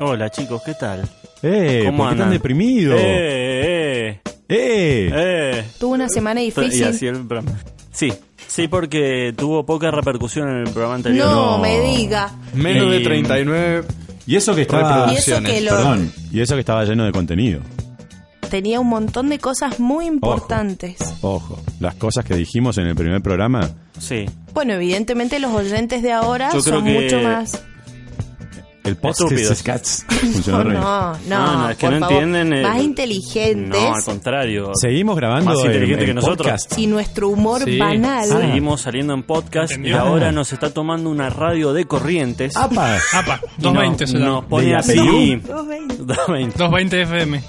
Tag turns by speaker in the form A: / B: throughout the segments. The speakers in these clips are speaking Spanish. A: Hola chicos, ¿qué tal?
B: ¡Eh!
A: ¿Cómo
B: ¿Por qué tan
A: andan?
B: deprimido? ¡Eh!
A: Eh, eh, eh.
C: Tuvo una semana
A: Y así
C: difícil.
A: el programa. Sí, sí, porque tuvo poca repercusión en el programa anterior.
C: No, me diga.
D: Menos de
A: Y-
D: 39.
B: Y eso que estaba...
C: Y eso que lo-
B: Perdón. Ah. Y eso que estaba lleno de contenido.
C: Tenía un montón de cosas muy importantes.
B: Ojo, las cosas que dijimos en el primer programa,
A: Sí.
C: Bueno, evidentemente los oyentes de ahora
A: Yo creo
C: son
A: que-
C: mucho más.
B: el podcast
A: Estúpidos.
B: Scats
C: No,
B: funcionó re bien.
C: no,
A: Ah, No, no, es que
C: por
A: no
C: favor.
A: entienden el-
C: Más
A: No, al
C: inteligentes
A: contrario.
B: Seguimos grabando
A: Más
B: el-
A: inteligente
B: el
A: que nosotros.
B: podcast.
C: y nuestro humor
D: Sí.
C: banal.
A: Seguimos saliendo en podcast y
E: Entendió.
A: ahora nos está tomando una radio de corrientes.
C: Ah,
B: ¡Apa!
E: APA,
A: Y
E: 220 se
A: no,
E: llama.
A: Nos pone
B: la
A: así.
B: Perú.
A: Ah.
C: 220.
A: 220.
E: 220 FM.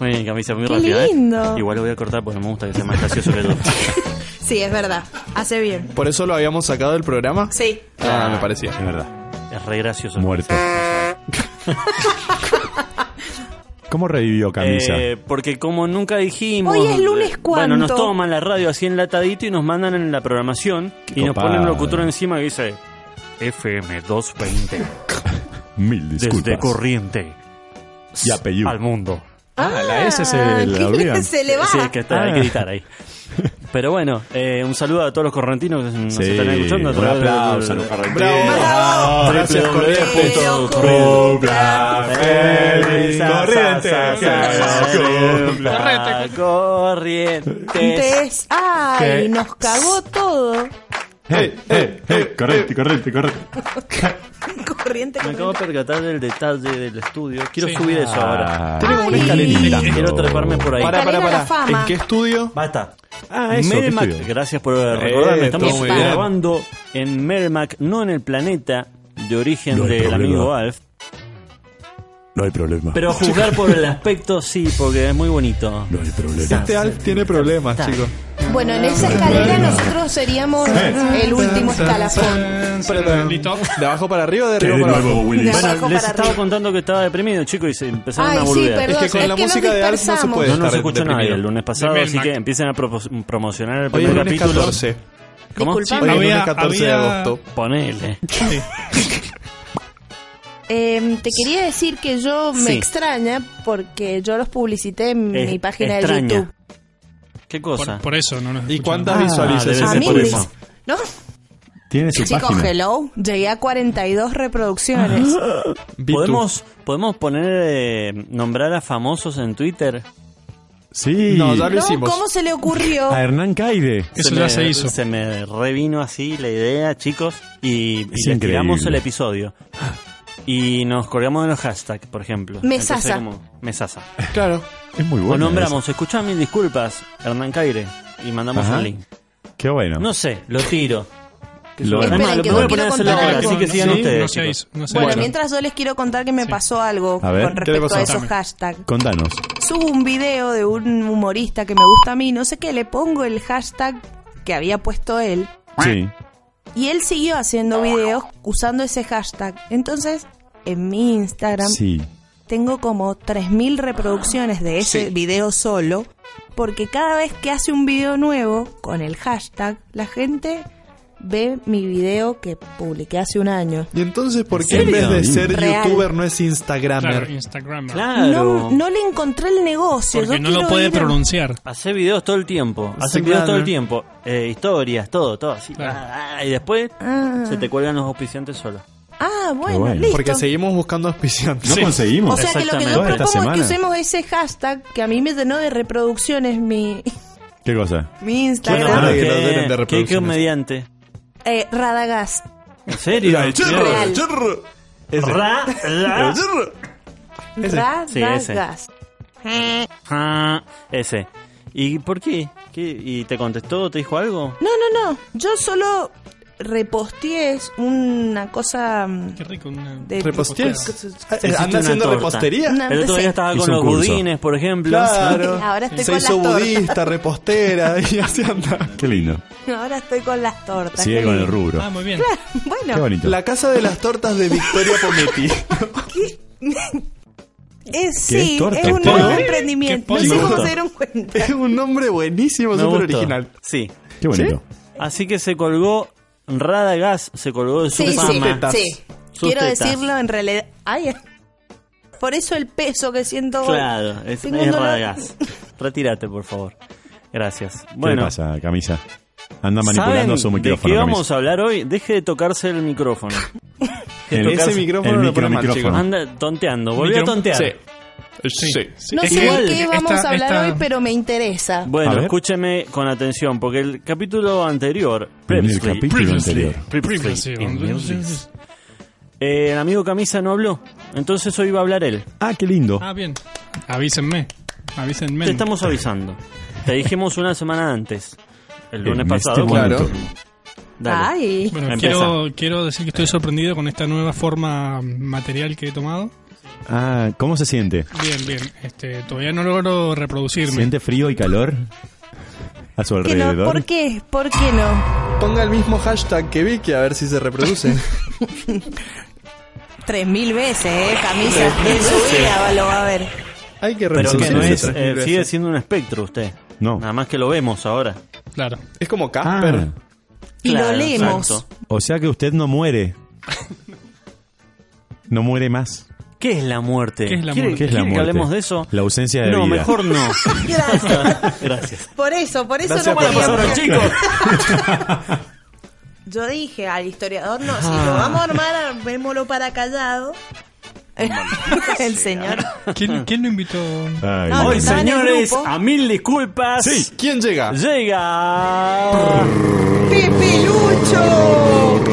A: Muy bien, camisa, muy
C: Qué
A: rápida. ¿eh?
C: lindo.
A: Igual lo voy a cortar porque no me gusta que sea más gracioso que yo.
C: Sí, es verdad. Hace bien.
D: ¿Por eso lo habíamos sacado del programa?
C: Sí.
D: Ah, me parecía.
B: Es verdad.
A: Es re gracioso.
B: Muerto. ¿Cómo revivió Camisa?
A: Eh, porque como nunca dijimos...
C: Hoy es lunes, ¿cuánto?
A: Bueno, nos toman la radio así enlatadito y nos mandan en la programación y nos
B: copado.
A: ponen un locutor encima que dice FM 220
B: Mil disculpas.
A: desde Corriente
B: Y apellido.
A: al mundo.
B: Ah, la S se la olvidan.
C: se le va.
A: Sí, es que está, hay que editar ahí. Pero bueno, eh, un saludo a todos los correntinos que nos
B: Sí,
A: están escuchando. a
B: un
A: través de-
B: aplauso a los
C: Bravo.
D: Gracias,
A: www.corrientes.
C: Pero
B: Cumpla feliz
A: Sa, sa, sa, cumpla, Corrientes.
C: Antes, ay,
B: ¿Qué?
C: nos cagó todo.
B: Hey, hey, hey, correcto, correcto, correcto.
C: Corriente.
A: Me acabo de percatar del detalle del estudio. Quiero
E: Sí.
A: subir eso ahora.
B: Tenemos
C: una escalerita.
A: Quiero treparme por ahí.
D: Para,
C: Escalera
D: para,
C: a la
D: para.
C: fama.
D: ¿En qué estudio?
A: Basta.
B: Ah, eso,
A: Melmac,
B: ¿qué estudio?
A: gracias por recordarme.
D: Eh,
A: Estamos
D: todo muy bien.
A: grabando en Melmac, no en el planeta de origen
B: No hay
A: del
B: problema.
A: amigo Alf.
B: No hay problema.
A: Pero a juzgar por el aspecto, sí, porque es muy bonito.
B: No hay problema.
D: Este Alf tiene problemas, chicos.
C: Bueno, en esa escalera nosotros seríamos el último escalafón.
E: Listo.
D: De abajo para arriba, de arriba para abajo.
C: De
B: Willis.
C: abajo
A: Les
C: para
A: estaba
C: arriba.
A: contando que estaba deprimido, chicos, y se empezaron a
C: Ay, sí,
A: volver.
C: perdón.
D: Es que con
C: Es
D: la
C: que nos
D: música de Alf no se
C: dispersamos.
D: puede
A: No nos
D: estar
A: escuchó
D: deprimido.
A: nadie el lunes pasado,
E: De
A: así
E: Melmac.
A: que empiecen a propos- promocionar el
D: Hoy es
A: primer
D: lunes
A: capítulo.
D: 14.
A: ¿Cómo?
C: Disculpa.
D: Hoy es lunes
E: Había-
D: 14 de
E: había-
D: agosto.
A: Ponele.
C: Eh, te quería decir que yo me
A: Sí.
C: extraña porque yo los publicité en
A: Es-
C: mi página de
A: extraña.
C: YouTube.
A: ¿Qué
E: Por,
A: cosa?
E: por eso no nos
D: ¿Y
E: escuchan.
D: cuántas
B: Ah,
C: A
A: debe
D: visualizaciones
C: mí
A: por
C: me-
A: eso.
C: ¿No?
B: Tiene su
C: Chicos,
B: página.
C: hello. Llegué a 42 reproducciones.
D: Ah, Vitu.
A: ¿Podemos, ¿Podemos poner, eh, nombrar a famosos en Twitter?
B: Sí.
D: No, ya lo
C: No,
D: hicimos.
C: ¿cómo se le ocurrió?
B: A Hernán Caide.
E: Eso
A: me-
E: ya se hizo.
A: Se me revino así la idea, chicos, y,
B: Es
A: y le tiramos
B: increíble.
A: el episodio. Y nos colgamos en los hashtags, por ejemplo.
C: Mesasa.
A: Entonces, como, Mesasa.
D: Claro.
B: Es muy
A: O
B: bueno.
A: nombramos, escuchá mil disculpas, Hernán Caire, y mandamos
B: Ajá.
A: el link.
B: Qué bueno.
A: No sé, lo tiro.
B: Lo-
A: Además,
C: Esperen,
A: lo-
C: que
A: me voy
C: yo
A: a poner
C: quiero
A: a hacer la
C: contar
A: tarea,
C: algo.
A: así que sigan
E: Sí,
A: ustedes.
E: no se
A: chicos.
E: hizo. No se
C: Bueno,
E: hizo.
C: mientras yo les quiero contar que me pasó algo
B: A ver, ¿qué
C: con
D: le
C: respecto
D: pasó?
C: a esos
E: Contame.
C: hashtags.
B: Contanos.
C: Subo un video de un humorista que me gusta a mí, no sé qué, le pongo el hashtag que había puesto él
B: Sí.
C: y él siguió haciendo videos usando ese hashtag. Entonces, en mi Instagram
B: Sí.
C: tengo como 3.000 reproducciones de ese video solo, porque cada vez que hace un video nuevo con el hashtag, la gente ve mi video que publiqué hace un año.
D: ¿Y entonces por
A: ¿En
D: qué en vez de
B: serio?
D: ser
C: Real.
D: youtuber no es
E: Claro,
D: instagramer?
E: Instagram.
A: Claro.
C: No, no le encontré el negocio.
E: Porque
C: yo
E: no lo
C: quiero
E: puede
C: ir a-
E: pronunciar.
A: Hace videos todo el tiempo.
D: Sí,
A: Hace videos
D: claro.
A: todo el tiempo. Eh, historias, todo, todo así.
E: Claro.
A: Ah, y después
C: Ah.
A: se te cuelgan los auspiciantes solos.
C: Ah, bueno,
B: bueno.
C: listo.
D: Porque seguimos buscando auspiciantes.
B: No conseguimos.
C: O sea que lo que
A: Exactamente.
C: yo
A: Toda
B: esta
C: propongo es que
B: semana.
C: usemos ese hashtag que a mí me llenó de reproducciones mi,
B: ¿Qué cosa?
C: mi
A: Bueno,
C: Instagram.
D: Bueno,
A: ¿qué-
D: que lo llenen de
A: qué- qué,
D: reproducciones.
A: comediante.
C: Eh, Radagast.
A: ¿En serio?
D: Churro,
C: Real.
D: churro. Ese.
A: Ra- la-
D: Churro. Ese.
A: Sí, ese.
C: Radagas. Eh,
A: Ah, ese. ¿Y por qué? ¿Qué? ¿Y te contestó? ¿Te dijo algo?
C: No, no, no. Yo solo reposteé una cosa mm,
E: Qué rico. Una...
C: de...
D: ¿Reposteas? Ah, eh,
A: Hiciste
D: ¿Anda
A: una
D: haciendo
A: torta.
D: repostería?
C: Una-
A: El otro día
C: sí.
A: estaba
B: Hizo
A: con
B: un
A: los
B: curso.
A: budines, por ejemplo.
D: Claro.
C: Ahora estoy
D: Se
C: con
D: hizo
C: las tortas.
D: budista, repostera y así anda.
B: Qué lindo.
C: Ahora estoy con las tortas.
B: Sigue
C: qué
B: con el
C: lindo.
B: rubro.
E: Ah, muy bien.
B: Qué
C: Bueno,
B: bonito.
D: La casa de las tortas de Victoria Pometti.
C: es, Eh, sí,
B: torta?
C: es un
B: ¿Qué
C: nuevo
B: pollo?
C: emprendimiento.
E: ¿Qué
C: No sé
E: pollo?
C: cómo se dieron cuenta.
D: es un nombre buenísimo,
A: Me
D: súper
A: gustó.
D: original.
A: Sí.
B: Qué bonito.
A: Así que se colgó Radagas, se colgó de su
C: Sí, sí,
A: fama.
C: sí.
A: Sus
C: Quiero
A: tetas.
C: decirlo en realidad. Ay, eh. por eso el peso que siento hoy.
A: Claro, es,
C: Tengo
A: es
C: un dolor.
A: Radagast. Retírate, por favor. Gracias.
B: ¿Qué le
A: Bueno,
B: pasa, camisa? Anda manipulando
A: ¿saben
B: su
A: de qué
B: micrófono. Camisa.
A: vamos a hablar hoy? Deje de tocarse el micrófono. Que
B: El-
A: tocarse-
D: Ese micrófono
B: el
D: lo pone mal,
B: micromicrófono.
D: chicos.
A: Anda tonteando, volvió a
E: Micro-
A: tontear. Eh,
D: Sí. sí.
C: No
E: Es
C: sé
E: que
C: de qué
E: esta-
C: vamos a hablar
E: esta-
C: hoy, pero me interesa.
B: A
A: Bueno,
B: ver.
A: escúcheme con atención, porque el capítulo anterior,
B: En el
A: Previously,
B: capítulo anterior.
A: Previously, in Newsies, eh, el amigo Camisa no habló, entonces hoy va a hablar él.
B: Ah, qué lindo.
E: Ah, bien. Avísenme. Avísenme.
A: Te estamos avisando. Te dijimos una semana antes, el lunes
B: En
A: pasado.
B: este
A: cuando-
B: momento.
A: Dale.
C: Ay.
E: Bueno,
A: Empieza.
E: quiero, quiero decir que estoy sorprendido con esta nueva forma material que he tomado.
B: Ah, ¿cómo se siente?
E: Bien, bien. Este, todavía no logro reproducirme.
B: ¿Siente frío y calor a su
C: ¿Qué no?
B: alrededor?
C: ¿Por qué? ¿Por qué no?
D: Ponga el mismo hashtag que Vicky a ver si se reproduce.
C: Tres mil veces, ¿eh? Camisa. En su vida va- lo va a ver.
D: Hay que
A: Pero
B: Sí,
D: reproducir
A: que
B: sí,
A: no
B: sí,
A: es,
B: sí.
A: eh, sigue siendo un espectro usted.
B: No.
A: Nada más que lo vemos ahora.
E: Claro.
D: Es como Casper.
B: Ah,
C: Y
A: Claro,
C: lo leemos.
A: exacto.
B: o sea que usted no muere. No muere más.
A: ¿Qué es la muerte?
E: ¿Qué es la
A: ¿Quiere-
B: ¿Qué
E: muerte?
B: es la
A: quiere
B: muerte?
A: que hablemos de eso?
B: La ausencia de
A: no,
B: vida.
A: mejor no.
C: Gracias.
A: Gracias.
C: Por eso, por eso
D: Gracias
C: no
D: por
C: quería-
D: pasar
A: Ahora, chicos.
C: Yo dije al historiador, no, si lo vamos a armar, armémoslo para callado. el señor.
E: ¿Quién, quién lo invitó?
B: Ay,
C: No,
B: Dios.
A: Hoy,
C: estaba en el
A: señores,
C: grupo.
A: a mil disculpas.
D: ¿Quién llega?
A: Llega.
C: ¡Pepelucho!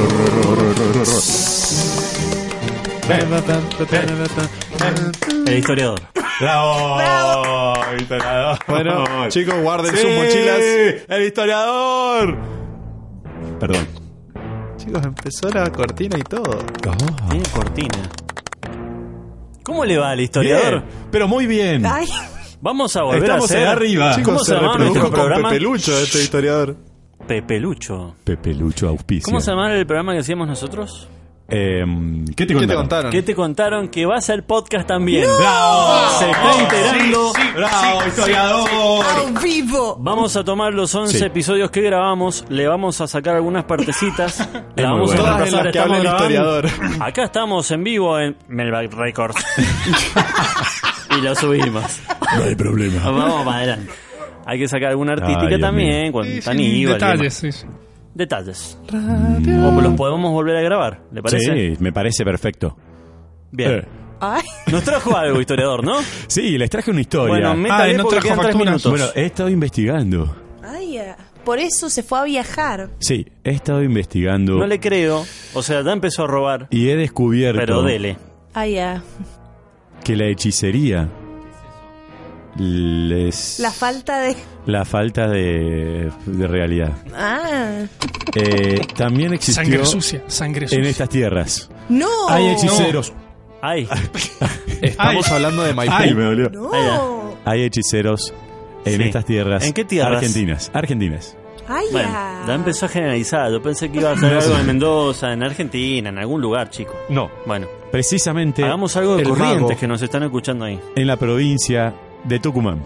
A: El historiador.
B: ¡Bravo! historiador.
D: Bueno, chicos, guarden
B: Sí,
D: sus mochilas.
B: ¡El historiador! Perdón.
D: Chicos, empezó la cortina y todo.
B: Oh,
A: Tiene cortina. ¿Cómo le va al historiador?
B: bien, pero muy bien.
C: Ay,
A: Vamos a volver
B: Estamos
A: a hacer
B: en arriba.
A: ¿Cómo
D: Chicos,
A: se,
D: se
A: llamaba
D: reprodujo
A: nuestro
D: con
A: programa?
D: Pepelucho este historiador.
A: Pepelucho.
B: Pepe Lucho Auspicio.
A: ¿Cómo se llamaba el programa que hacíamos nosotros?
B: Em, ¿Qué te
D: ¿Qué
B: contaron?
D: te contaron?
A: ¿Qué te contaron que va a ser podcast también?
B: ¡Bravo!
A: Se está enterando.
B: ¡Bravo, historiador!
C: ¡Al vivo!
A: Vamos a tomar los 11
B: Sí.
A: episodios que grabamos, le vamos a sacar algunas partecitas, le
B: muy
A: vamos
B: bueno.
A: a
B: Todas
D: en
A: reemplazar.
D: las que
A: estamos
D: habla el
A: grabando. Acá estamos en vivo en Melback Records. y lo subimos.
B: No hay problema.
A: Vamos para adelante. Hay que sacar alguna artística
B: Ay, Dios
A: también, con
E: Sí, sí,
A: Aníbal,
E: detalles.
A: demás.
E: sí, sí.
A: Detalles. O los podemos volver a grabar, ¿le parece?
B: Sí, me parece perfecto.
A: Bien.
B: Eh,
C: Ay,
A: Nos trajo algo, historiador, ¿no?
B: Sí, les traje una historia.
A: Bueno, métale
E: Ah, no
A: porque
E: trajo
A: quedan tres
E: facturas.
A: minutos.
B: Bueno, he estado investigando.
C: ay, ah. por eso se fue a viajar.
B: Sí, he estado investigando
A: no le creo. O sea, ya empezó a robar,
B: y he descubierto
A: pero dele.
C: Ay, ah.
B: que la hechicería les
C: la falta de.
B: la falta de, de realidad
C: Ah,
B: Eh, también existió
E: Sangre sucia. Sangre
B: en
E: sucia.
B: estas tierras.
C: no.
A: Oh,
B: Hay hechiceros.
A: Ay,
D: Estamos
E: Ay.
D: hablando de Maipú.
B: Ay, me dolió.
C: No.
B: Hay hechiceros en
A: Sí.
B: estas tierras.
A: ¿En qué tierras?
B: Argentinas. Argentinas.
C: Ay,
A: bueno,
C: ah.
A: ya empezó a generalizar. Yo pensé que iba a ser algo en Mendoza, en Argentina, en algún lugar, chico.
B: No.
A: Bueno,
B: Precisamente
A: hagamos algo de
D: el
A: corrientes
D: mago.
A: que nos están escuchando ahí.
B: en la provincia de Tucumán.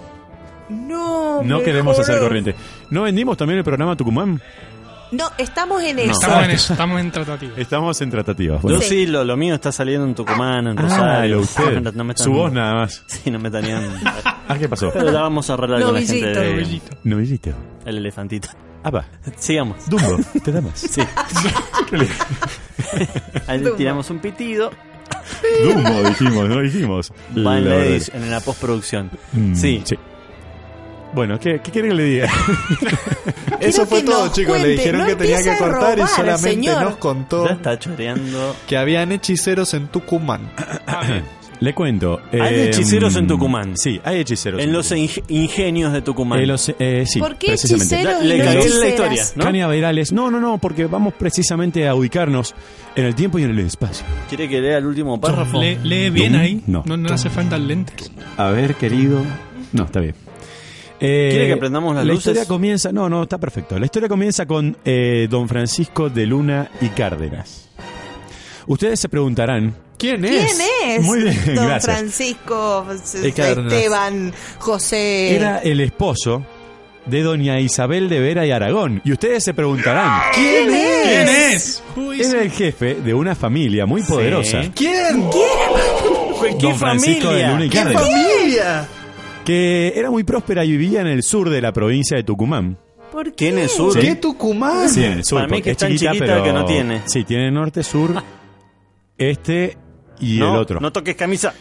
C: No.
B: No
C: me
B: queremos hacer
C: jodés.
B: corriente. ¿No vendimos también el programa Tucumán?
C: No, estamos en eso.
E: Estamos en eso. Estamos en tratativa.
B: Estamos en tratativas.
A: Yo
B: Bueno.
A: sí, lo, lo mío está saliendo en Tucumán, en
B: Ah,
A: Rosario.
B: lo usted.
A: No, no me están-
B: Su voz nada más.
A: Sí, no me tenían.
B: Ah, ¿qué pasó?
A: Pero la vamos a arreglar con la gente
C: Novillito.
A: de
E: Novillito.
B: Novillito.
A: El Elefantito.
B: Ah, va.
A: Sigamos.
B: Dumbo, te da más.
A: Sí. Ahí le tiramos un pitido.
B: Dumbo, dijimos, no dijimos.
A: Va en
B: La
A: la,
B: verdad.
A: edis- en la postproducción.
B: Mm,
A: Sí.
B: Bueno, ¿qué, ¿qué quiere que le diga?
C: Quiero
D: Eso fue
C: que
D: todo,
C: nos
D: chicos. Le
C: cuente,
D: dijeron
C: no
D: que tenía
C: empiece
D: que
C: a
D: cortar y
C: robar,
D: solamente
C: señor.
D: nos contó
A: Ya está choreando.
D: que habían hechiceros en Tucumán.
B: Le cuento. em,
A: Hay hechiceros en Tucumán.
B: Sí, hay hechiceros.
A: En los inge- ingenios de Tucumán.
B: Eh, los, eh, sí,
C: ¿Por qué
B: precisamente.
C: hechiceros y
A: Le
C: no
A: cagué la
C: hechiceras?
A: historia, ¿no?
B: Cañaverales. No, no, no, porque vamos precisamente a ubicarnos en el tiempo y en el espacio.
A: ¿Quiere que lea el último párrafo?
E: Le- lee bien
B: Tum,
E: ahí.
B: no.
E: No, no, hace falta el lente.
B: A ver, querido. No, está bien. Eh,
A: ¿Quiere que prendamos las
B: la
A: luces?
B: historia comienza. No, no, está perfecto. La historia comienza con eh, don Francisco de Luna y Cárdenas. Ustedes se preguntarán.
D: ¿Quién es?
C: ¿Quién es?
B: Muy bien,
C: Don
B: gracias.
C: Francisco,
D: Eh, Cárdenas.
C: Esteban, José.
B: Era el esposo de doña Isabel de Vera y Aragón. Y ustedes se preguntarán.
C: ¿Quién
E: ¿Quién
C: es?
E: es? Uy, sí.
B: Era el jefe de una familia muy poderosa.
D: ¿Quién?
B: Don Francisco de Luna y Cárdenas.
D: familia?
B: que era muy próspera y vivía en el sur de la provincia de Tucumán.
C: ¿Por qué?
A: Tiene sur.
D: ¿Qué Tucumán?
B: Sí, en el sur.
A: Para mí
B: porque
A: que es tan chiquita que no tiene.
B: Sí, tiene norte, sur, este y
A: No,
B: el otro.
A: No toques camisa.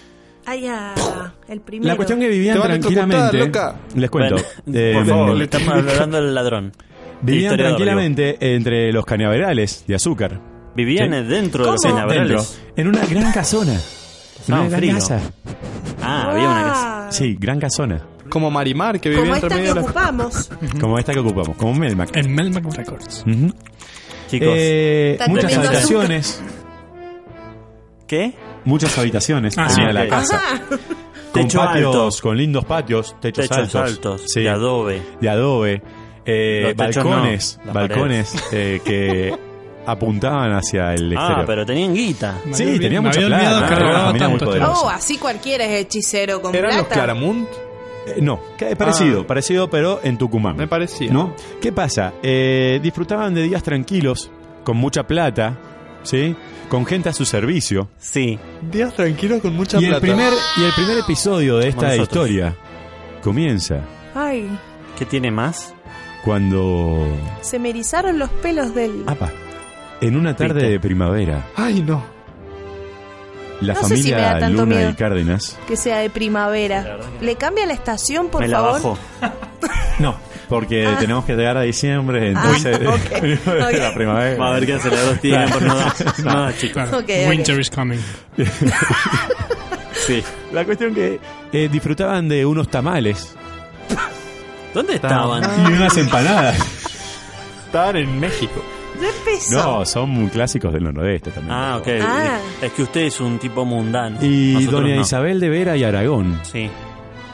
C: Ay, ah, el primero.
B: la cuestión que vivían
D: Te van a
B: tranquilamente.
D: electrocutar,
B: Les cuento.
A: Ven.
B: eh,
A: Por favor, le estamos hablando al ladrón.
B: Vivían
A: Historiador,
B: tranquilamente entre los cañaverales de azúcar.
A: digo. Vivían
B: Sí.
A: dentro de los
C: ¿Cómo?
A: cañaverales.
B: Dentro, en una gran casona. En
A: Ah,
B: una gran
A: frío.
B: casa.
A: Ah, había una casa.
B: Sí, gran casona.
D: Como Marimar, que vivía
C: Como
D: entre
C: esta que
D: medio de la...
C: ocupamos.
B: Como esta que ocupamos, como Melmac.
E: En Melmac Records.
B: Ujú.
A: Chicos.
B: Eh,
C: Está
B: muchas
C: comiendo
B: habitaciones.
A: ¿Qué?
B: Muchas habitaciones
E: Ah,
B: tenía la
A: ok.
B: casa. Con
A: Techo
B: patios,
A: alto.
B: con lindos patios, techos,
A: Techos altos,
B: sí,
A: de adobe.
B: de adobe, eh,
A: Los techos
B: balcones,
A: no, las
B: balcones eh, que apuntaban hacia el exterior.
A: Ah, pero tenían guita.
E: Me
B: Sí,
E: había olvidado-
B: tenía
E: me
B: mucha
E: había
B: plata,
E: olvidado que
B: era una
E: robaba
B: familia muy
E: tanto.
B: poderosa.
C: Oh, así cualquiera es hechicero con
D: ¿Eran los
C: plata.
D: Claramunt?
B: Eh, no, que- eh, parecido,
D: Ah.
B: parecido, pero en Tucumán.
D: Me parecía.
B: ¿No? ¿Qué pasa? Eh, disfrutaban de días tranquilos, con mucha plata, ¿sí? Con gente a su servicio.
A: Sí.
D: Días tranquilos con mucha
B: y,
D: plata.
B: el primer, y el primer episodio de
A: Como
B: esta
A: nosotros.
B: historia comienza
C: Ay,
A: ¿Qué tiene más?
B: cuando...
C: se me erizaron los pelos del.
B: Apa, en una tarde
A: Pito.
B: de primavera,
D: Ay, no.
B: La
C: No sé si me
B: familia
C: da tanto
B: Luna
C: miedo.
B: y Cárdenas.
C: Que sea de primavera. ¿Le cambia la estación, por
A: Me la
C: favor?
A: bajo.
B: No, porque tenemos que llegar a diciembre,
C: Ah,
B: entonces
C: ok, ok.
B: la primavera.
A: Va a ver qué acelerador tiene por nada. Nada, chicos.
E: Claro,
C: Ok, ok.
E: Winter is coming.
A: Sí.
B: La cuestión que eh, disfrutaban de unos tamales Ah.
A: ¿Dónde estaban?
B: y unas empanadas.
D: Estaban en México.
C: Ya empezó.
B: No, son muy clásicos del noroeste también.
A: Ah, ok.
C: Ah.
A: Es que usted es un tipo mundano.
B: Y
A: Nosotros
B: doña
A: no.
B: Isabel de Vera y Aragón
A: Sí.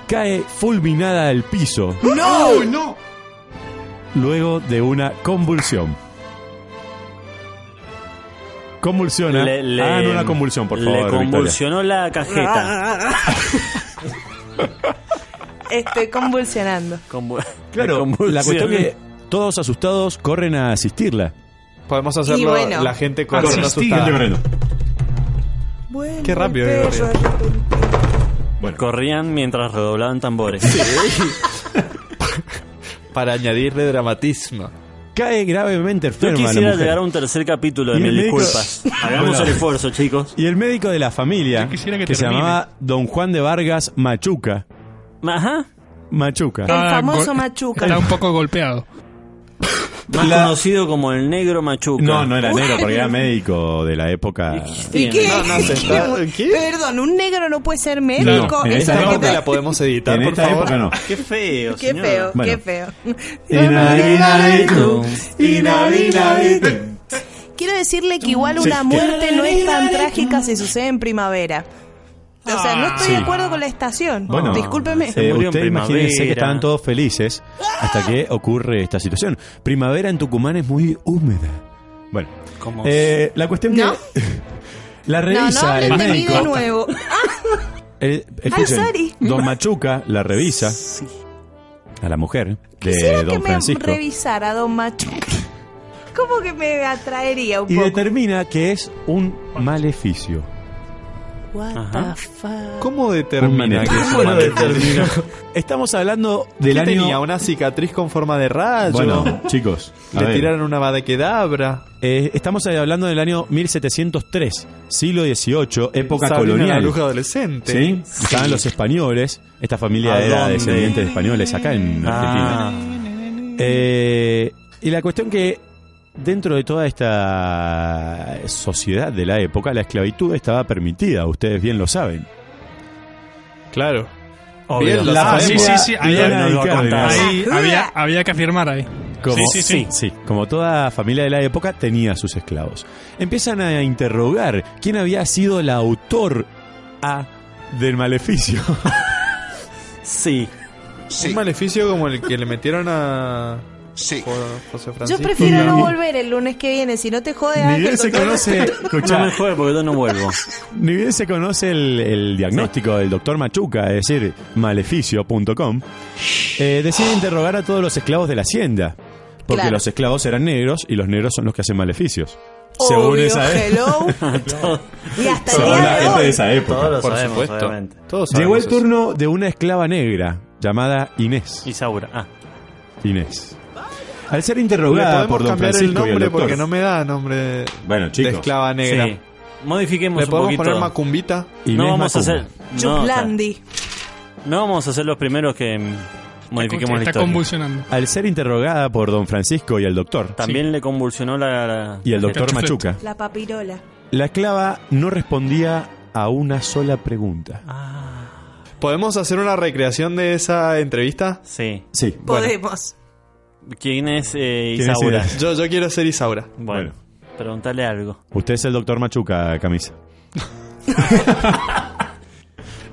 B: cae fulminada al piso
D: ¡No! ¡No!
B: luego de una convulsión. Convulsiona.
A: Le- le-
B: Hagan una convulsión, por favor.
A: Le
B: Victoria.
A: convulsionó la
C: Ah,
A: cajeta.
C: Estoy este, convulsionando.
A: Convu-
B: Claro, la cuestión
A: convulsionó.
B: que todos asustados corren a asistirla.
D: Podemos hacerlo
C: bueno.
D: la gente con
E: Asistir.
D: asustada.
C: Bueno,
D: Qué rápido,
C: el
D: qué
C: perro arrepentido.
A: Corrían mientras redoblaban tambores.
D: Para añadirle dramatismo.
B: Cae gravemente
A: Yo
B: enferma la
A: quisiera
B: mujer.
A: llegar a un tercer capítulo de
B: Y el
A: Mil
B: médico-
A: Disculpas. Hagamos
B: Bueno.
A: el esfuerzo, chicos.
B: Y el médico de la familia,
E: Yo
B: que,
E: quisiera que
B: se
E: termine.
B: llamaba Don Juan de Vargas Machuca.
A: Ajá.
B: Machuca.
C: El
E: Ah,
C: famoso
E: gol-
C: Machuca.
E: Está un poco golpeado.
A: Más
B: La-
A: conocido como el negro machuca.
B: No, no era negro, porque era médico de la época.
C: ¿Y qué?
D: No, no, se está... ¿Qué?
C: Perdón, un negro no puede ser médico.
B: No, en
C: Eso
B: esta
C: es lo que
D: No,
B: época
C: te-
D: la podemos editar,
B: En
D: por
B: esta
D: favor.
B: época no.
A: Qué feo,
C: Qué feo,
B: Bueno.
C: qué feo.
A: Inadinaditum,
B: inadinaditum.
C: Quiero decirle que igual una muerte no es tan trágica si sucede en primavera. O sea, no estoy de
B: Ah, Sí.
C: acuerdo con la estación.
B: Bueno,
C: Discúlpeme.
A: Se
B: Eh,
A: murió en
B: ustedes imagínense que
A: primavera.
B: estaban todos felices hasta que ocurre esta situación. Primavera en Tucumán es muy húmeda. Bueno,
A: Como-
B: eh, la cuestión
C: No.
B: que la
C: No, no
B: revisa el
C: hablen de mí
B: médico.
C: de nuevo.
B: El- el-
C: Ay,
B: escuchen,
C: sorry.
B: Don Machuca la revisa a la mujer
C: Quisiera
B: de
C: que
B: Don
C: me
B: Francisco
C: revisara Don Machuca. ¿Cómo que me atraería un
B: y
C: poco?
B: determina que es un maleficio.
C: What
A: Ajá.
C: the fuck?
D: ¿Cómo determina que es
B: ¿Cómo
D: un
B: lo
D: maleficio?
B: determina? Estamos hablando
D: ¿Qué
B: del año.
D: tenía? ¿Una cicatriz con forma de rayo?
B: Bueno, chicos, a
D: Ah, Le
B: ver,
D: tiraron una vadequedabra.
B: eh, estamos hablando del año 1703, siglo XVIII, época
D: Sabrina la
B: colonial.
D: luz adolescente.
B: ¿Sí? Estaban los españoles. Esta
A: ¿A
B: familia era
A: dónde?
B: descendiente de españoles acá en Argentina.
A: Ah,
B: Eh, y la cuestión que dentro de toda esta sociedad de la época, la esclavitud estaba permitida, ustedes bien lo saben.
D: Claro.
A: Obvio.
D: Bien, lo
B: La
D: sabemos.
E: sí,
B: familia-
E: sí, sí, ahí,
B: Bien,
E: ahí,
B: ahí, Cárdenas.
E: ahí había, había que afirmar ahí.
B: Como,
E: Sí, sí, sí.
B: sí, como toda familia de la época tenía sus esclavos. Empiezan a interrogar quién había sido el autor A del maleficio.
A: Sí.
D: Un
F: Sí,
D: maleficio como el que le metieron a
F: sí.
D: Jo- José
C: Yo
D: Francisco.
C: prefiero no volver el lunes que viene, si no te jode
B: Ni
C: Ángel.
B: bien se
C: con todo-
B: conoce,
A: No
B: escuchá,
A: me jode porque yo no vuelvo.
B: ni bien se conoce el, el diagnóstico del doctor Machuca, es decir, maleficio.com, eh, decide interrogar a todos los esclavos de la hacienda. Porque
C: Claro.
B: los esclavos eran negros y los negros son los que hacen maleficios.
C: Obvio,
B: según esa
C: hello. y hasta el
B: según
C: día
B: la
C: de
B: gente de
C: hoy.
B: esa época.
A: Todos lo
D: Por
A: sabemos,
D: supuesto.
A: obviamente.
D: Todos
B: Llegó
D: sabemos
B: el
D: eso.
B: turno de una esclava negra llamada Inés.
A: Isaura. Ah,
B: Inés. Al ser
D: Le
B: interrogada
D: podemos
B: por don
D: cambiar
B: Francisco
D: el
B: y el
D: nombre
B: doctor.
D: porque no me da nombre de,
B: Bueno, chicos.
D: de esclava negra.
A: sí. Modifiquemos
D: Le
A: un
D: podemos
A: poquito.
D: poner macumbita.
B: Inés
A: no vamos a
B: Macumba.
A: hacer. No, o sea,
C: Chuplandi.
A: no vamos a ser los primeros que mm, modifiquemos la
E: Está
A: historia.
E: convulsionando.
B: Al ser interrogada por don Francisco y el doctor
A: También le convulsionó la. la-
B: y el doctor
E: chuflete.
B: Machuca,
C: La papirola.
B: la esclava no respondía a una sola pregunta.
D: Ah. ¿Podemos hacer una recreación de esa entrevista?
A: Sí.
B: Sí.
C: Podemos.
A: ¿Quién es eh,
B: ¿Quién es
A: Isaura?
B: Inés?
D: Yo, yo quiero ser Isaura.
A: Bueno, preguntale algo.
B: Usted es el doctor Machuca, camisa.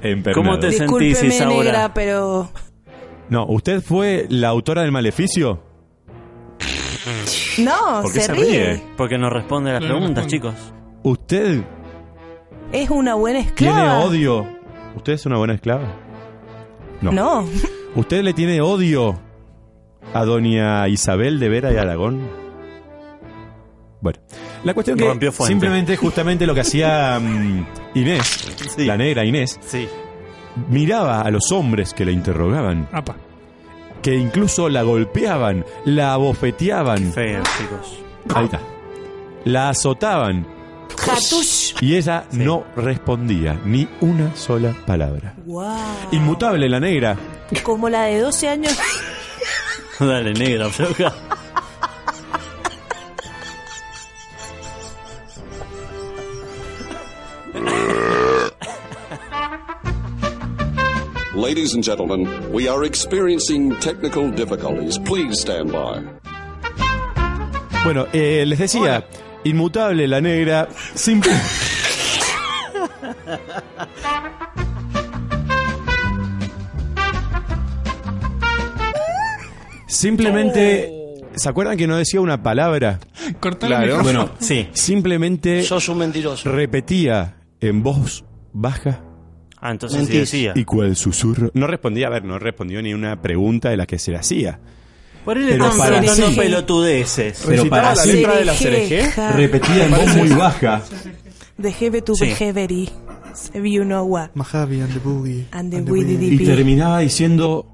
B: Empernado.
A: ¿Cómo te sentís,
C: Discúlpeme,
A: Isaura?
C: negra, pero.
B: No, ¿usted fue la autora del maleficio?
C: No,
B: ¿Por qué
C: se,
B: se
C: ríe.
B: ríe?
A: Porque nos responde las
E: Claro,
A: preguntas,
E: responde.
A: chicos.
B: ¿Usted
C: Es una buena
B: tiene
C: esclava.
B: odio? ¿Usted es una buena esclava?
C: No.
B: ¿Usted le tiene odio a doña Isabel de Vera y Aragón? Bueno, la cuestión que
A: Rompió fuente.
B: simplemente justamente lo que hacía mm, Inés,
A: Sí.
B: la negra Inés,
A: Sí.
B: miraba a los hombres que la interrogaban,
E: Apa.
B: que incluso la golpeaban, la abofeteaban,
A: Feo, chicos.
B: ahí está, la azotaban
C: Jatush.
B: y ella no respondía ni una sola palabra.
C: Guau.
B: Inmutable la negra,
C: Como la de 12 años.
A: Dale, negra, floja.
G: Ladies and gentlemen, we are experiencing technical difficulties. Please stand by.
B: Bueno, eh, les decía, inmutable la negra, simple. Simplemente,
H: Oh.
B: ¿se acuerdan que no decía una palabra?
E: Cortá
D: Claro.
E: el micrófono.
B: Bueno,
A: Sí.
B: simplemente
H: Sos un mentiroso.
B: repetía en voz baja
A: Ah, entonces sí
H: Mentís.
A: decía.
B: y cual susurro. No respondía, a ver, no respondió ni una pregunta de las que se le hacía.
A: Por él le
B: Pero
A: están
B: para
A: preguntando
C: sí.
A: pelotudeces.
B: Pero para
D: Ah, la
B: siempre-
D: letra de la
C: Cereje.
D: CRG.
B: Repetía en voz muy baja.
C: Dejebe tu
A: Sí.
C: behaviori. Se vio una agua.
D: Majavi and the Boogie.
C: And the
D: and the
C: Willy
D: Boogie.
B: Y
C: Dippy.
B: terminaba diciendo: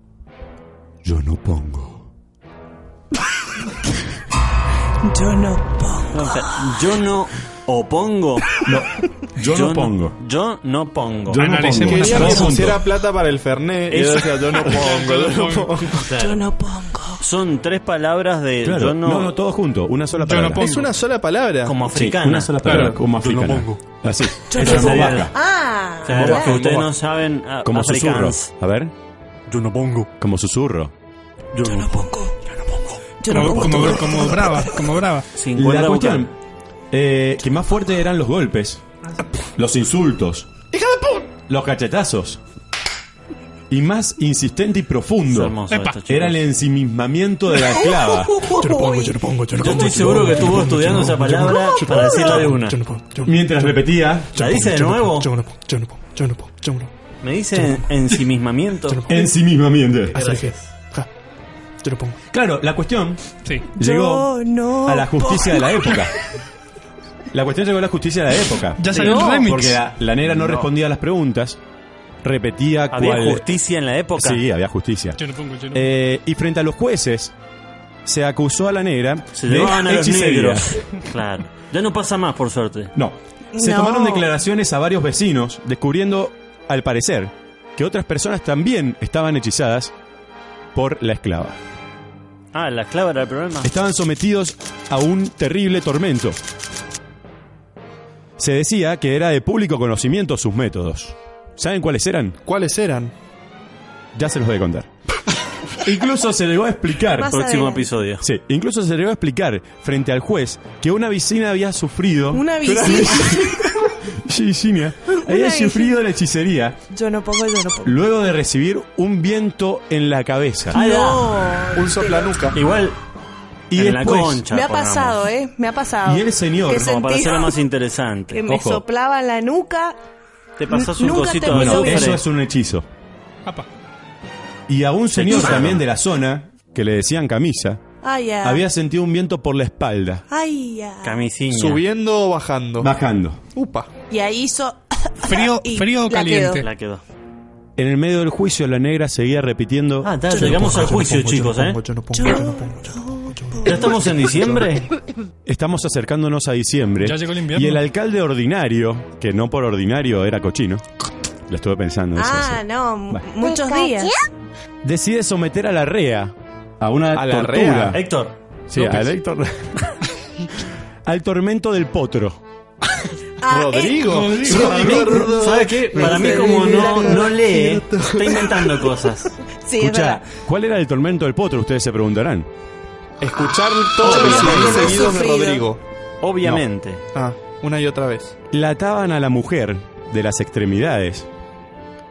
B: Yo no pongo.
C: Yo no pongo.
A: O sea, yo no opongo.
B: Yo, no pongo.
A: Yo no pongo.
B: Yo no
E: Analicemos
B: pongo.
E: la
D: Quería que
B: Punto.
D: pusiera plata para el Fernet. Y yo
A: Eso-
D: decía, yo no pongo, yo no pongo.
A: Claro.
C: Yo no pongo.
A: Son tres palabras de
B: Claro,
A: Eh, yo no,
B: no, no, todo junto, una sola palabra.
E: no pongo.
D: Es una sola palabra.
A: como
B: Sí,
A: africana.
B: una sola palabra,
E: Claro.
B: como africana. Así,
C: Yo
B: es
C: no
B: en voz
A: pongo.
B: baja,
C: Ah.
A: O sea,
B: Como-
A: que
B: como-
A: ustedes no saben ah, a-
B: como susurro.
A: africans.
B: A ver. Yo no pongo. Como susurro.
C: Yo no pongo. Yo no
E: Como,
C: pongo.
E: como, como brava, como brava.
A: Sin
B: La
A: cuerda
B: cuestión,
A: vocal.
B: eh, que más fuerte eran los golpes, los insultos, los cachetazos. Y más insistente y
A: Es
B: profundo
A: hermoso esto, chicos.
B: era el ensimismamiento de la esclava.
C: Yo no pongo. Yo no pongo.
A: Yo estoy seguro que estuvo estudiando esa palabra para decirla de una.
B: Mientras repetía
A: ¿La dice de nuevo? Me dice ensimismamiento.
B: ensimismamiento. Claro, la cuestión
E: Sí.
B: llegó
C: Yo no
B: a la justicia de la época. La cuestión llegó a la justicia de la época.
E: Ya salió el remix.
B: Porque la, la negra no, respondía a las preguntas, repetía
A: Había
B: cuál...
A: justicia en la época.
B: Sí, había justicia.
E: Yo no pongo, yo no pongo.
B: Eh, y frente a los jueces, se acusó a la negra
A: Se
B: de
A: llevaban a los
B: hechicería.
A: negros. Claro. Ya no pasa más, por suerte.
B: No. Se
C: No.
B: tomaron declaraciones a varios vecinos, descubriendo, al parecer, que otras personas también estaban hechizadas por la esclava.
A: Ah, la clave era el problema.
B: estaban sometidos a un terrible tormento. Se decía que era de público conocimiento sus métodos. ¿Saben cuáles eran?
D: ¿Cuáles eran?
B: Ya se los voy a contar. incluso se llegó a explicar.
C: Más
A: Próximo
C: adelante.
A: episodio.
B: Sí, incluso se llegó a explicar frente al juez que una vecina había sufrido.
C: Una vecina.
B: Virginia, había
C: vecina.
B: sufrido la hechicería
C: Yo no pongo, yo no pongo.
B: luego de recibir un viento en la cabeza.
A: Ahí va.
C: No.
D: Un soplanuca.
A: Igual
B: y
A: en la
B: después,
A: concha.
C: Me ha
A: pongamos.
C: pasado, ¿eh? Me ha pasado.
B: Y el señor,
C: Que
B: como
A: Como para
C: sentí
A: hacerla más
C: que
A: interesante.
C: me
B: Ojo.
C: soplaba en la nuca.
A: Te pasas un
C: nunca
A: cosito de
C: terminó
B: Bueno,
C: bien.
A: azufre.
B: eso es un hechizo.
E: Apa.
B: Y a un señor
A: Hechizo.
B: también de la zona, que le decían camisa,
C: Ay, ya.
B: había sentido un viento por la espalda,
C: Ay, ya.
A: Camisinha.
D: ¿Subiendo o bajando?
B: bajando.
D: Upa.
C: Y ahí hizo.
E: Frío,
C: Y
E: frío
C: la
E: o caliente.
A: La quedó.
B: En el medio del juicio, la negra seguía repitiendo.
A: Ah, está, llegamos al juicio, chicos, ¿eh?
D: Yo no pongo, yo no pongo, yo no pongo, yo no pongo.
A: Ya estamos en diciembre.
B: Estamos acercándonos a diciembre.
E: Ya llegó el invierno.
B: Y el alcalde ordinario, que no por ordinario era cochino, la estuve pensando. eso,
C: Ah,
B: sí.
C: no. m- Muchos días.
B: Decide someter a la REA a una
D: ¿A la
B: tortura.
D: rea?
A: Héctor.
B: Sí, al Héctor- al tormento del potro.
C: Ah, eh,
D: Rodrigo.
A: Para mí, ¿Sabes qué? Para mí, como no, no lee, está inventando cosas.
C: sí, es
B: Escucha,
C: verdad.
B: ¿cuál era el tormento del potro? Ustedes se preguntarán.
D: Escuchar todos
C: Yo
D: los
C: no
D: sonidos
C: he
D: seguidos de
C: sufrido.
D: Rodrigo.
A: Obviamente.
D: Ah, una y otra vez.
B: La ataban a la mujer de las extremidades,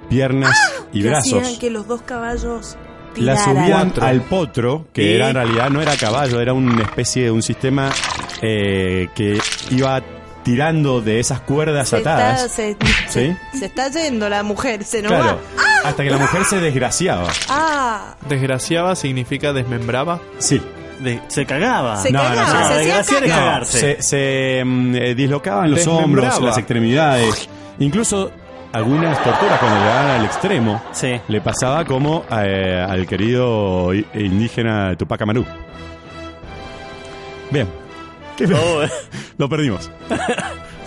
B: piernas y
C: Que
B: brazos.
C: Ah, hacían que los dos caballos
B: La
C: tiraran.
B: subían
D: Cuatro.
B: al potro, que
A: Y-
B: era en realidad no era caballo, era una especie de un sistema eh, que iba tirando de esas cuerdas
C: se está,
B: atadas.
C: se,
B: ¿Sí?
C: se está yendo la mujer, se nos
B: Claro,
C: va.
B: hasta que la mujer se desgraciaba.
C: Ah,
D: Desgraciaba significa desmembraba.
B: Sí.
A: De- se cagaba.
C: se
B: Ah. No, no,
C: cagaba,
B: se
C: se,
B: cagaba.
C: hacía
A: Desgraciar es
C: caca.
A: cagar. Cagarse.
B: Se, se, mm, eh, dislocaban los
D: Desmembraba.
B: hombros, las extremidades. Incluso algunas torturas cuando llegaban al extremo
A: Sí.
B: le pasaba como eh, al querido i- indígena Tupac Amaru. Bien. ¿Qué- Lo perdimos.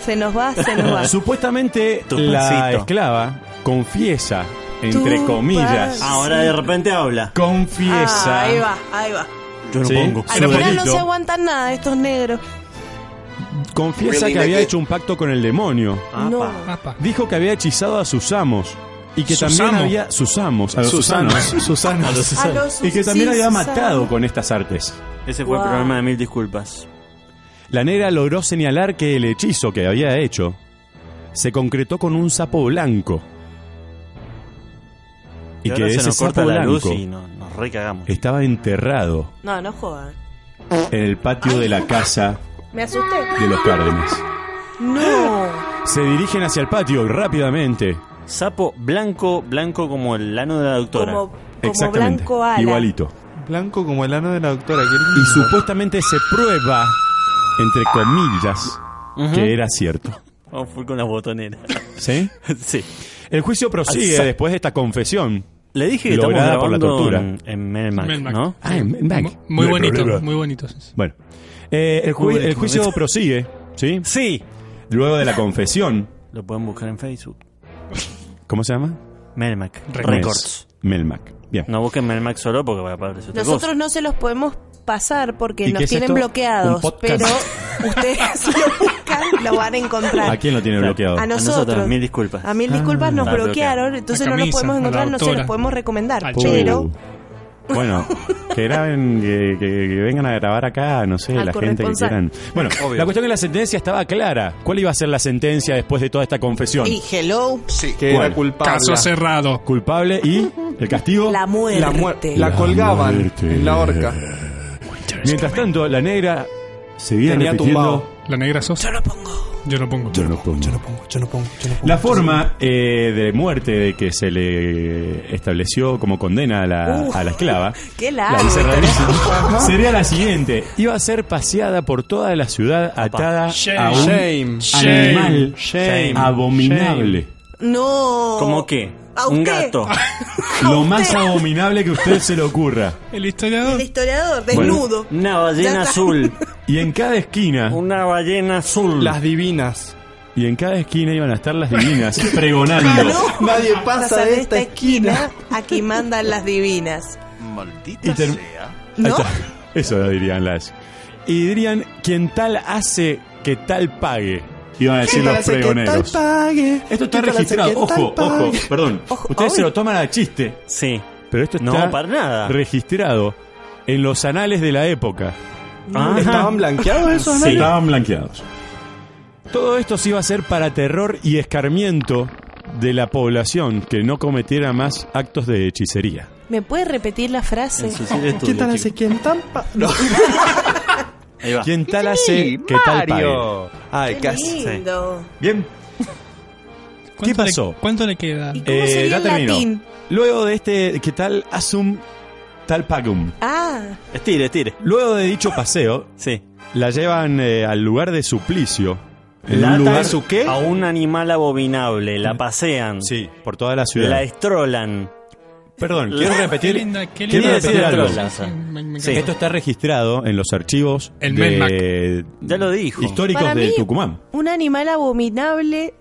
C: Se nos va, se nos va.
B: Supuestamente
A: Tupacito.
B: la esclava confiesa, entre
C: Tupac.
B: comillas,
A: Ahora de repente habla.
B: confiesa.
C: Ah, ahí va, ahí va.
A: Yo
B: Sí.
C: Al
B: Su
C: final no
B: delito.
C: se aguantan nada estos negros.
B: Confiesa que había hecho un pacto con el demonio.
C: No.
E: Apa.
B: Dijo que había hechizado a sus amos. Y que
E: Susamo.
B: también había. Sus amos. A los susanos.
D: Susana.
C: A los
B: Y que
C: sus-
B: también
C: sí,
B: había
C: sus-
B: matado con estas artes.
A: Ese fue
C: Wow.
A: el programa de mil disculpas.
B: La negra logró señalar que el hechizo que había hecho se concretó con un sapo blanco. Y, que
A: ahora
B: ese
A: se nos
B: sapo
A: corta la luz
B: blanco
A: y no- nos recagamos.
B: estaba enterrado
C: No, no jodan.
B: en el patio de la casa
C: Me asusté.
B: de los Cárdenas.
C: No.
B: Se dirigen hacia el patio rápidamente.
A: Sapo blanco, blanco como el lano de la doctora.
C: Como, como
B: Exactamente.
C: blanco ala.
B: Igualito.
D: Blanco como el ano de la doctora. qué
B: Y
D: lindo.
B: supuestamente se prueba, entre comillas, que era cierto.
A: Vamos full Oh, con las botoneras.
B: ¿Sí?
A: sí.
B: El juicio prosigue
A: Exacto.
B: después de esta confesión.
A: Le dije que
B: Lograda
A: estamos
B: por la
A: grabando
B: tortura.
A: en, en Melmac,
E: Melmac.
A: ¿no?
B: Ah, en- en-
E: Mu- Muy
B: No hay problema.
E: bonitos, muy bonitos.
B: Bueno, eh, el, ju-
A: Muy bien,
B: el juicio
A: muy bien.
B: prosigue, ¿sí?
A: Sí.
B: Luego de la confesión,
A: Lo pueden buscar en Facebook.
B: ¿cómo se llama?
A: Melmac
B: Records.
A: Records.
B: Melmac. Bien.
A: No busquen Melmac solo porque va a aparecer otra cosa.
C: Nosotros no se los podemos pasar porque
B: ¿Y
C: nos
B: qué es
C: tienen
B: esto?
C: bloqueados.
B: ¿Un podcast?
C: Pero ustedes lo buscan, lo van a encontrar.
B: ¿A quién lo tiene
A: Claro.
B: bloqueado?
C: A
A: no-
C: nosotros.
A: nosotros, mil disculpas.
C: A mil disculpas nos
A: Ah,
C: bloquearon,
A: bloqueado.
C: entonces
E: La
C: no
E: camisa,
C: los podemos
E: a la
C: encontrar, no se
E: doctora.
C: los podemos recomendar.
E: Al
B: Uh.
C: Pero
B: Bueno, que graben, que, que- que vengan a grabar acá, no sé,
C: Al
B: la gente que
C: corresponsal.
B: quieran. Bueno,
D: Obvio.
B: la cuestión que la sentencia estaba clara. ¿Cuál iba a ser la sentencia después de toda esta confesión?
C: Y hello,
D: Que
B: ¿Cuál?
D: era culpable.
E: Caso cerrado.
B: Culpable y el castigo.
C: la muerte.
D: La muerte. La
B: La
D: colgaban
B: muerte.
D: en la horca.
B: Mientras tanto, la negra seguía
D: Tenía
B: repitiendo.
D: tumbado.
E: La negra sosa. Yo lo pongo. Yo lo pongo.
B: Yo no pongo.
D: Yo no pongo, yo no pongo.
B: La forma eh, de muerte de que se le estableció como condena a la,
C: Uh,
B: a la esclava
C: Qué
D: Ah,
B: la
C: largo.
B: hice rarísima, sería la siguiente. Iba a ser paseada por toda la ciudad atada
E: Shame.
B: a un
D: Shame.
B: animal
D: Shame.
B: abominable.
C: No.
A: ¿Cómo qué?
C: ¿A
A: Un
C: usted?
A: gato.
B: Lo más abominable que a usted se le ocurra.
E: El
C: El
E: historiador.
C: historiador, desnudo.
A: Una
C: Ya
A: ballena
C: está.
A: azul.
B: Y en cada esquina,
A: Una ballena azul.
D: Las divinas.
B: y en cada esquina iban a estar las divinas pregonando.
C: No.
D: Nadie
C: Pasa de esta esquina, aquí mandan las divinas.
B: Y term- Ahí
C: ¿No?
B: está. Eso lo dirían las. Y dirían, quien tal hace, que tal pague. Iban a decir los
D: Parece que
B: pregoneros.
D: tal pague,
B: Esto está
D: tal
B: registrado.
D: que
B: Ojo,
D: tal
B: ojo,
D: pague.
B: perdón.
C: Ojo,
B: Ustedes
C: obvio.
B: se lo toman a chiste.
A: Sí.
B: Pero esto
A: No,
B: está
A: para nada.
B: registrado en los anales de la época.
A: Ajá.
D: ¿Estaban blanqueados esos
A: Sí.
D: anales?
B: Estaban blanqueados. Todo esto se iba a ser para terror y escarmiento de la población que no cometiera más actos de hechicería.
C: ¿Me puede repetir la frase?
A: En su sitio de estudio,
D: ¿Qué tal
A: chicos.
D: hace quién tampa? No.
A: Ahí va.
B: ¿Quién tal hace que tal pague?
D: Mario. Ay,
C: Qué
D: casi.
C: lindo.
B: Bien,
E: ¿Cuánto le-
B: pasó?
E: ¿Cuánto le queda?
C: ¿Y cómo sería
B: eh, ya
C: en
B: termino.
C: latín?
B: Luego de este, ¿qué tal asum tal pagum?
C: Ah,
A: Estire, estire.
B: Luego de dicho paseo,
A: Sí.
B: la llevan eh, al lugar de suplicio. En
A: La
B: un
A: atan
B: lugar Mm.
A: A un animal abominable. La pasean.
B: Sí, por toda la ciudad.
A: La estrolan.
B: Perdón, quiero
A: Qué
B: repetir.
E: linda- qué
B: quiero
E: linda
B: repetir
A: escena
B: algo.
A: trola.
E: Sí, me- me
A: Sí.
E: encanta.
B: Esto está registrado en los archivos
E: El
B: de,
A: Ya lo dijo.
B: históricos
C: Para
B: de
C: mí-
B: Tucumán.
C: un animal abominable,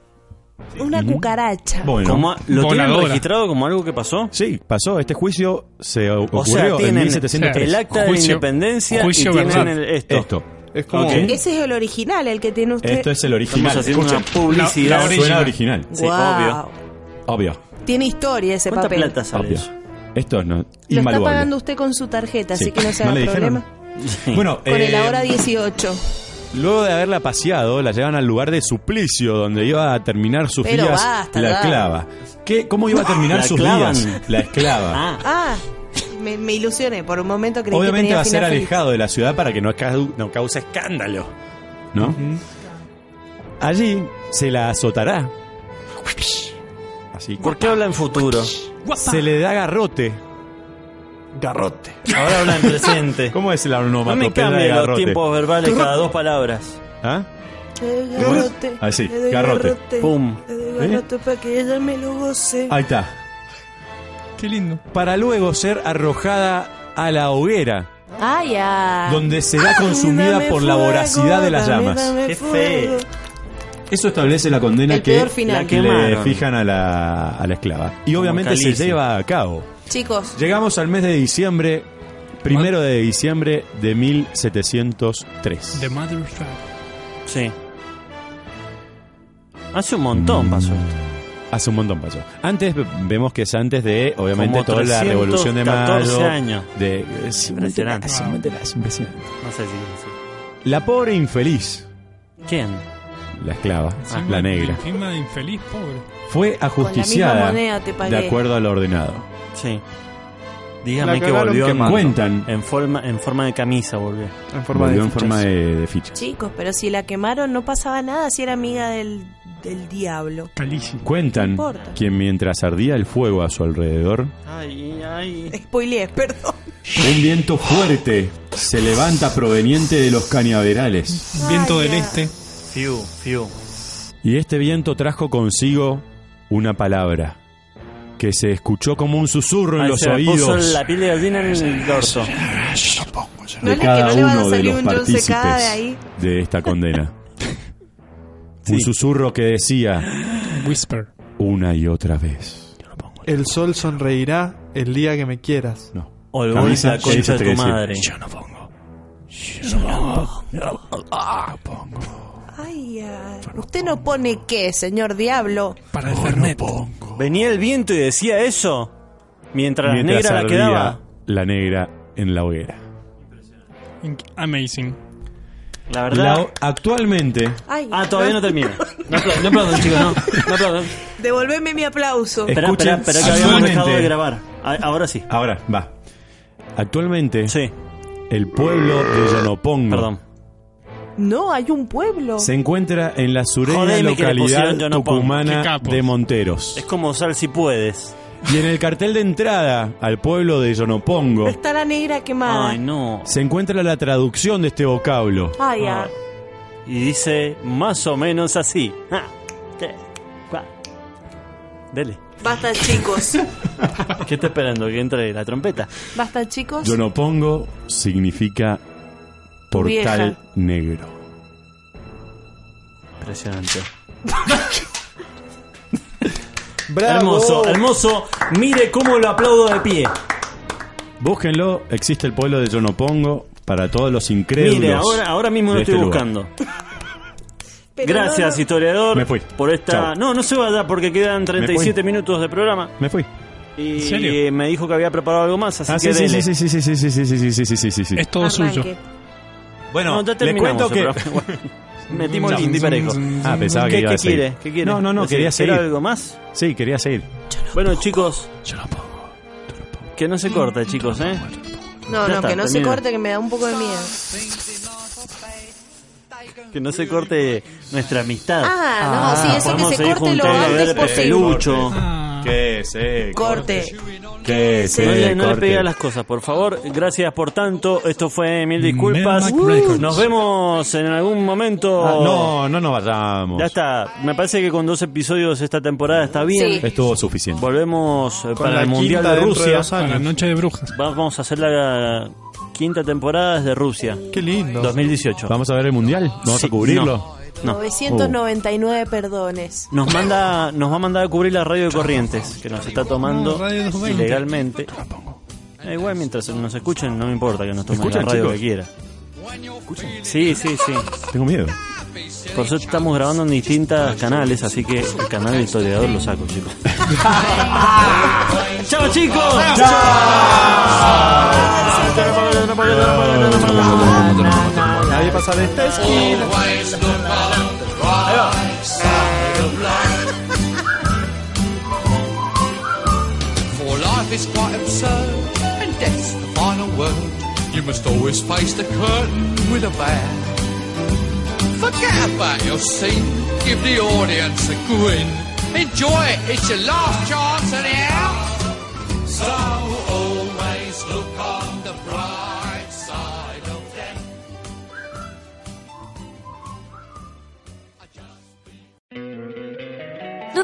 C: una cucaracha.
B: Bueno,
A: Como- lo tienen
E: Voladora.
A: registrado como algo que pasó.
B: sí, pasó. Este juicio se o- ocurrió
A: O sea,
B: en
A: tienen
B: 1703.
A: el acta de la
E: Juicio-
A: independencia y
E: juicio
A: tienen
E: verdad.
A: el- esto.
B: Esto.
D: Es como.
A: Ok.
C: Ese es el original, el que tiene usted.
B: Esto es el
A: Estamos
B: original.
A: haciendo una
B: Escuchen,
A: publicidad.
E: la- la
B: suena
E: original.
B: original.
A: Sí,
C: Guau.
B: Obvio.
C: Tiene historia ese
A: ¿Cuánta
C: papel.
A: plata sale
B: obvio.
A: eso?
B: Esto es no,
C: Lo está
B: invaluable.
C: pagando usted con su tarjeta,
B: Sí.
C: así que no se haga
B: le dijeron?
C: problema.
B: Bueno,
C: Con el
B: eh,
C: ahora 18.
B: Luego de haberla paseado, la llevan al lugar de suplicio, donde iba a terminar sus
C: Pero
B: días
C: basta,
B: la
C: dale.
B: clava. ¿Qué, ¿Cómo iba a terminar
A: La
B: sus
A: clavan.
B: días? La esclava.
A: Ah,
C: Ah, me, me ilusioné. Por un momento creí que
B: Obviamente
C: tenía
B: va a ser
C: final feliz.
B: alejado de la ciudad para que no, cau- no cause escándalo. ¿No? Allí se la azotará. Así.
A: ¿Por qué habla en futuro?
B: Se le da garrote.
D: Garrote.
A: Ahora habla en presente.
B: ¿Cómo es la
A: No me
B: onomatopeya de
A: cambien los
B: garrote?
A: tiempos verbales cada dos palabras.
B: ¿Ah?
C: Le doy garrote,
B: ¿Cómo es? Ah, sí,
C: le doy
B: garrote. ¿Eh?
A: Pum.
C: le doy garrote para que ella me lo goce.
B: Ahí está.
E: Qué lindo.
B: Para luego ser arrojada a la hoguera,
C: Ay, ah.
B: donde será
C: Dame
B: consumida por la
C: fuego,
B: voracidad de las
C: dame,
B: llamas.
C: dame
A: Qué
C: fuego.
A: feo.
B: Eso establece la condena
C: El
B: que
C: peor final.
B: que le
A: Quemaron.
B: fijan a la, a la esclava. Y obviamente se
A: calice.
B: lleva a cabo.
C: Chicos,
B: Llegamos al mes de diciembre, primero de diciembre de 1703.
E: The Mother Trap.
A: Sí. Hace un montón pasó esto.
B: Hace un montón pasó. Antes v- vemos que es antes de, obviamente,
A: Como
B: toda la revolución de
A: 314
B: mayo.
A: años.
B: De, es
A: Impresionante.
B: es es impresionante.
A: No sé si. si-
B: La pobre infeliz,
A: ¿Quién?
B: la esclava,
E: Encima-
B: la negra,
E: Encima de infeliz, pobre.
B: fue
C: Con
B: ajusticiada
C: la misma moneda te pagué.
B: de acuerdo a lo ordenado.
A: Sí.
D: La
A: Dígame que
D: cagaron
A: volvió en,
D: quemando.
B: Cuentan,
A: en forma, en forma de camisa. volvió.
D: En forma
B: volvió
D: de.
B: en forma
D: fichas.
B: de, de ficha.
C: chicos, pero si la quemaron no pasaba nada si era amiga del, del diablo.
E: Calici.
B: Cuentan
C: No importa.
B: que mientras ardía el fuego a su alrededor,
A: Ay, ay.
C: Spoileé, perdón.
B: un viento fuerte se levanta proveniente de los cañaverales.
E: Viento
C: Ay,
E: del
C: ya.
E: este.
A: Fiu, fiu.
B: Y este viento trajo consigo una palabra que se escuchó como un susurro en
A: Ay,
B: los
A: se me puso
B: oídos
A: la piel de gallina en el dorso.
C: No
B: de
C: es que
B: cada
C: no le van a
B: uno de
C: salir
B: los
C: un John Secada de
B: partícipes
C: ahí.
B: de esta condena. Un susurro que decía
E: Whisper.
B: una y otra vez.
D: El sol sonreirá el día que me quieras.
B: No.
A: Olvida
B: Camisa,
A: la concha
B: camisa te
A: de tu
B: decía.
A: madre.
C: Ay, ay. Usted no pone qué, señor diablo.
E: Para el Fernet.
A: Venía el viento y decía eso. Mientras, la
B: Mientras
A: negra la
B: ardía
A: quedaba.
B: la negra en la hoguera.
E: Inc- Amazing.
A: La verdad.
B: La- actualmente,
C: Ay,
A: Ah, todavía no termina. No apla- no aplaudan, chicos, no. No aplaudan.
C: Devolveme mi aplauso.
A: Espera,
B: Escuchen,
A: espera, espera que habíamos
B: actualmente-
A: dejado de grabar. A- ahora sí.
B: ahora va. Actualmente,
A: Sí,
B: el pueblo de Yanopongo
A: perdón.
C: No, hay un pueblo.
B: se encuentra en la sureña
A: Jodeme que le
B: localidad
A: pusieron Yanopongo.
E: Qué
B: tucumana
E: capos.
B: de Monteros.
A: Es como sal si puedes.
B: Y en el cartel de entrada al pueblo de Yonopongo
C: Está la negra quemada.
A: Ay, no.
B: se encuentra la traducción de este vocablo.
C: Ay, ah.
A: Y dice más o menos así. Ja, tres, cuatro. Dele.
C: Basta, chicos.
A: ¿Qué está esperando? Que entre la trompeta.
C: Basta, chicos.
B: Yonopongo significa portal
C: Vieja.
B: negro.
A: Impresionante.
D: ¡Bravo!
A: Hermoso, hermoso. Mire cómo lo aplaudo de pie.
B: Búsquenlo, existe el pueblo de Yonopongo para todos los incrédulos.
A: Mire, ahora, ahora mismo lo
B: de
A: estoy
B: este lugar.
A: buscando.
C: Pero
A: Gracias,
C: no, no.
A: historiador.
B: Me fui.
A: Por esta.
B: Chao.
A: No, no se vaya porque quedan 37
B: fui.
A: minutos de programa.
B: Me fui.
A: Y
E: serio?
A: eh, me dijo que había preparado algo más, así
B: Ah,
A: que
B: sí, sí,
A: dele.
B: sí, sí, sí, sí, sí, sí, sí, sí, sí, sí, sí, sí, sí.
E: Es todo suyo.
C: Arranque.
B: Bueno,
A: No, ya
B: les
A: terminamos.
B: cuento que...
A: el programa. Metimos el indie parejo.
B: Ah, pensaba que
A: ¿Qué,
B: iba
A: qué
B: a seguir.
A: quiere? ¿Qué quiere?
B: No, no, no,
A: Decir,
B: quería
A: ¿quiere
B: seguir.
A: algo más?
B: Sí, quería seguir.
A: Bueno, chicos. Que no se corte, chicos, ¿eh? Ya
C: No, no,
A: está,
C: que no se
A: termina.
C: corte, que me da un poco de miedo.
A: Que no se corte nuestra amistad.
C: Ah, no, sí, eso que
A: podemos
C: se
A: seguir
C: corte lo
A: juntos, a ver,
C: antes posible.
A: Pelucho.
E: Ah,
B: Que se
C: Corte.
B: Que
A: No le,
B: se
A: no le pegue a
B: corte.
A: las cosas, por favor. Gracias por tanto. Esto fue Mil Disculpas.
E: Melmac Records.
A: Nos vemos en algún momento.
B: Ah, No, no nos vayamos.
A: Ya está. Me parece que con dos episodios esta temporada está bien.
C: Sí.
B: Estuvo suficiente.
A: Volvemos eh, para
D: la
A: el Mundial
D: quinta
A: de
D: dentro de
A: Rusia.
D: dos
E: Para la noche de brujas.
A: Vamos a hacer la quinta temporada desde Rusia.
D: Qué lindo.
A: 2018.
B: ¿Vamos a ver el mundial? ¿Vamos
A: Sí,
B: a cubrirlo?
A: No.
C: 999 perdones.
A: Nos manda, nos va a mandar a cubrir la radio de Corrientes, que nos está tomando
E: No, Radio 220.
A: ilegalmente. Eh, igual mientras nos escuchen, no me importa que nos tomen la
B: escuchan,
A: radio
B: chicos?
A: que quiera. Sí, sí, sí.
B: Tengo miedo.
A: Por eso estamos grabando en distintos canales, así que el canal del historiador lo saco, chicos. ¡Chao, chicos!
D: Nadie pasa de esta esquina.
F: For life is quite absurd, and death's the final word. You must always face the curtain with a bow. Forget about your scene, give the audience a grin. Enjoy it, it's your last chance anyhow. So always look on the bright side of death.
I: ¿No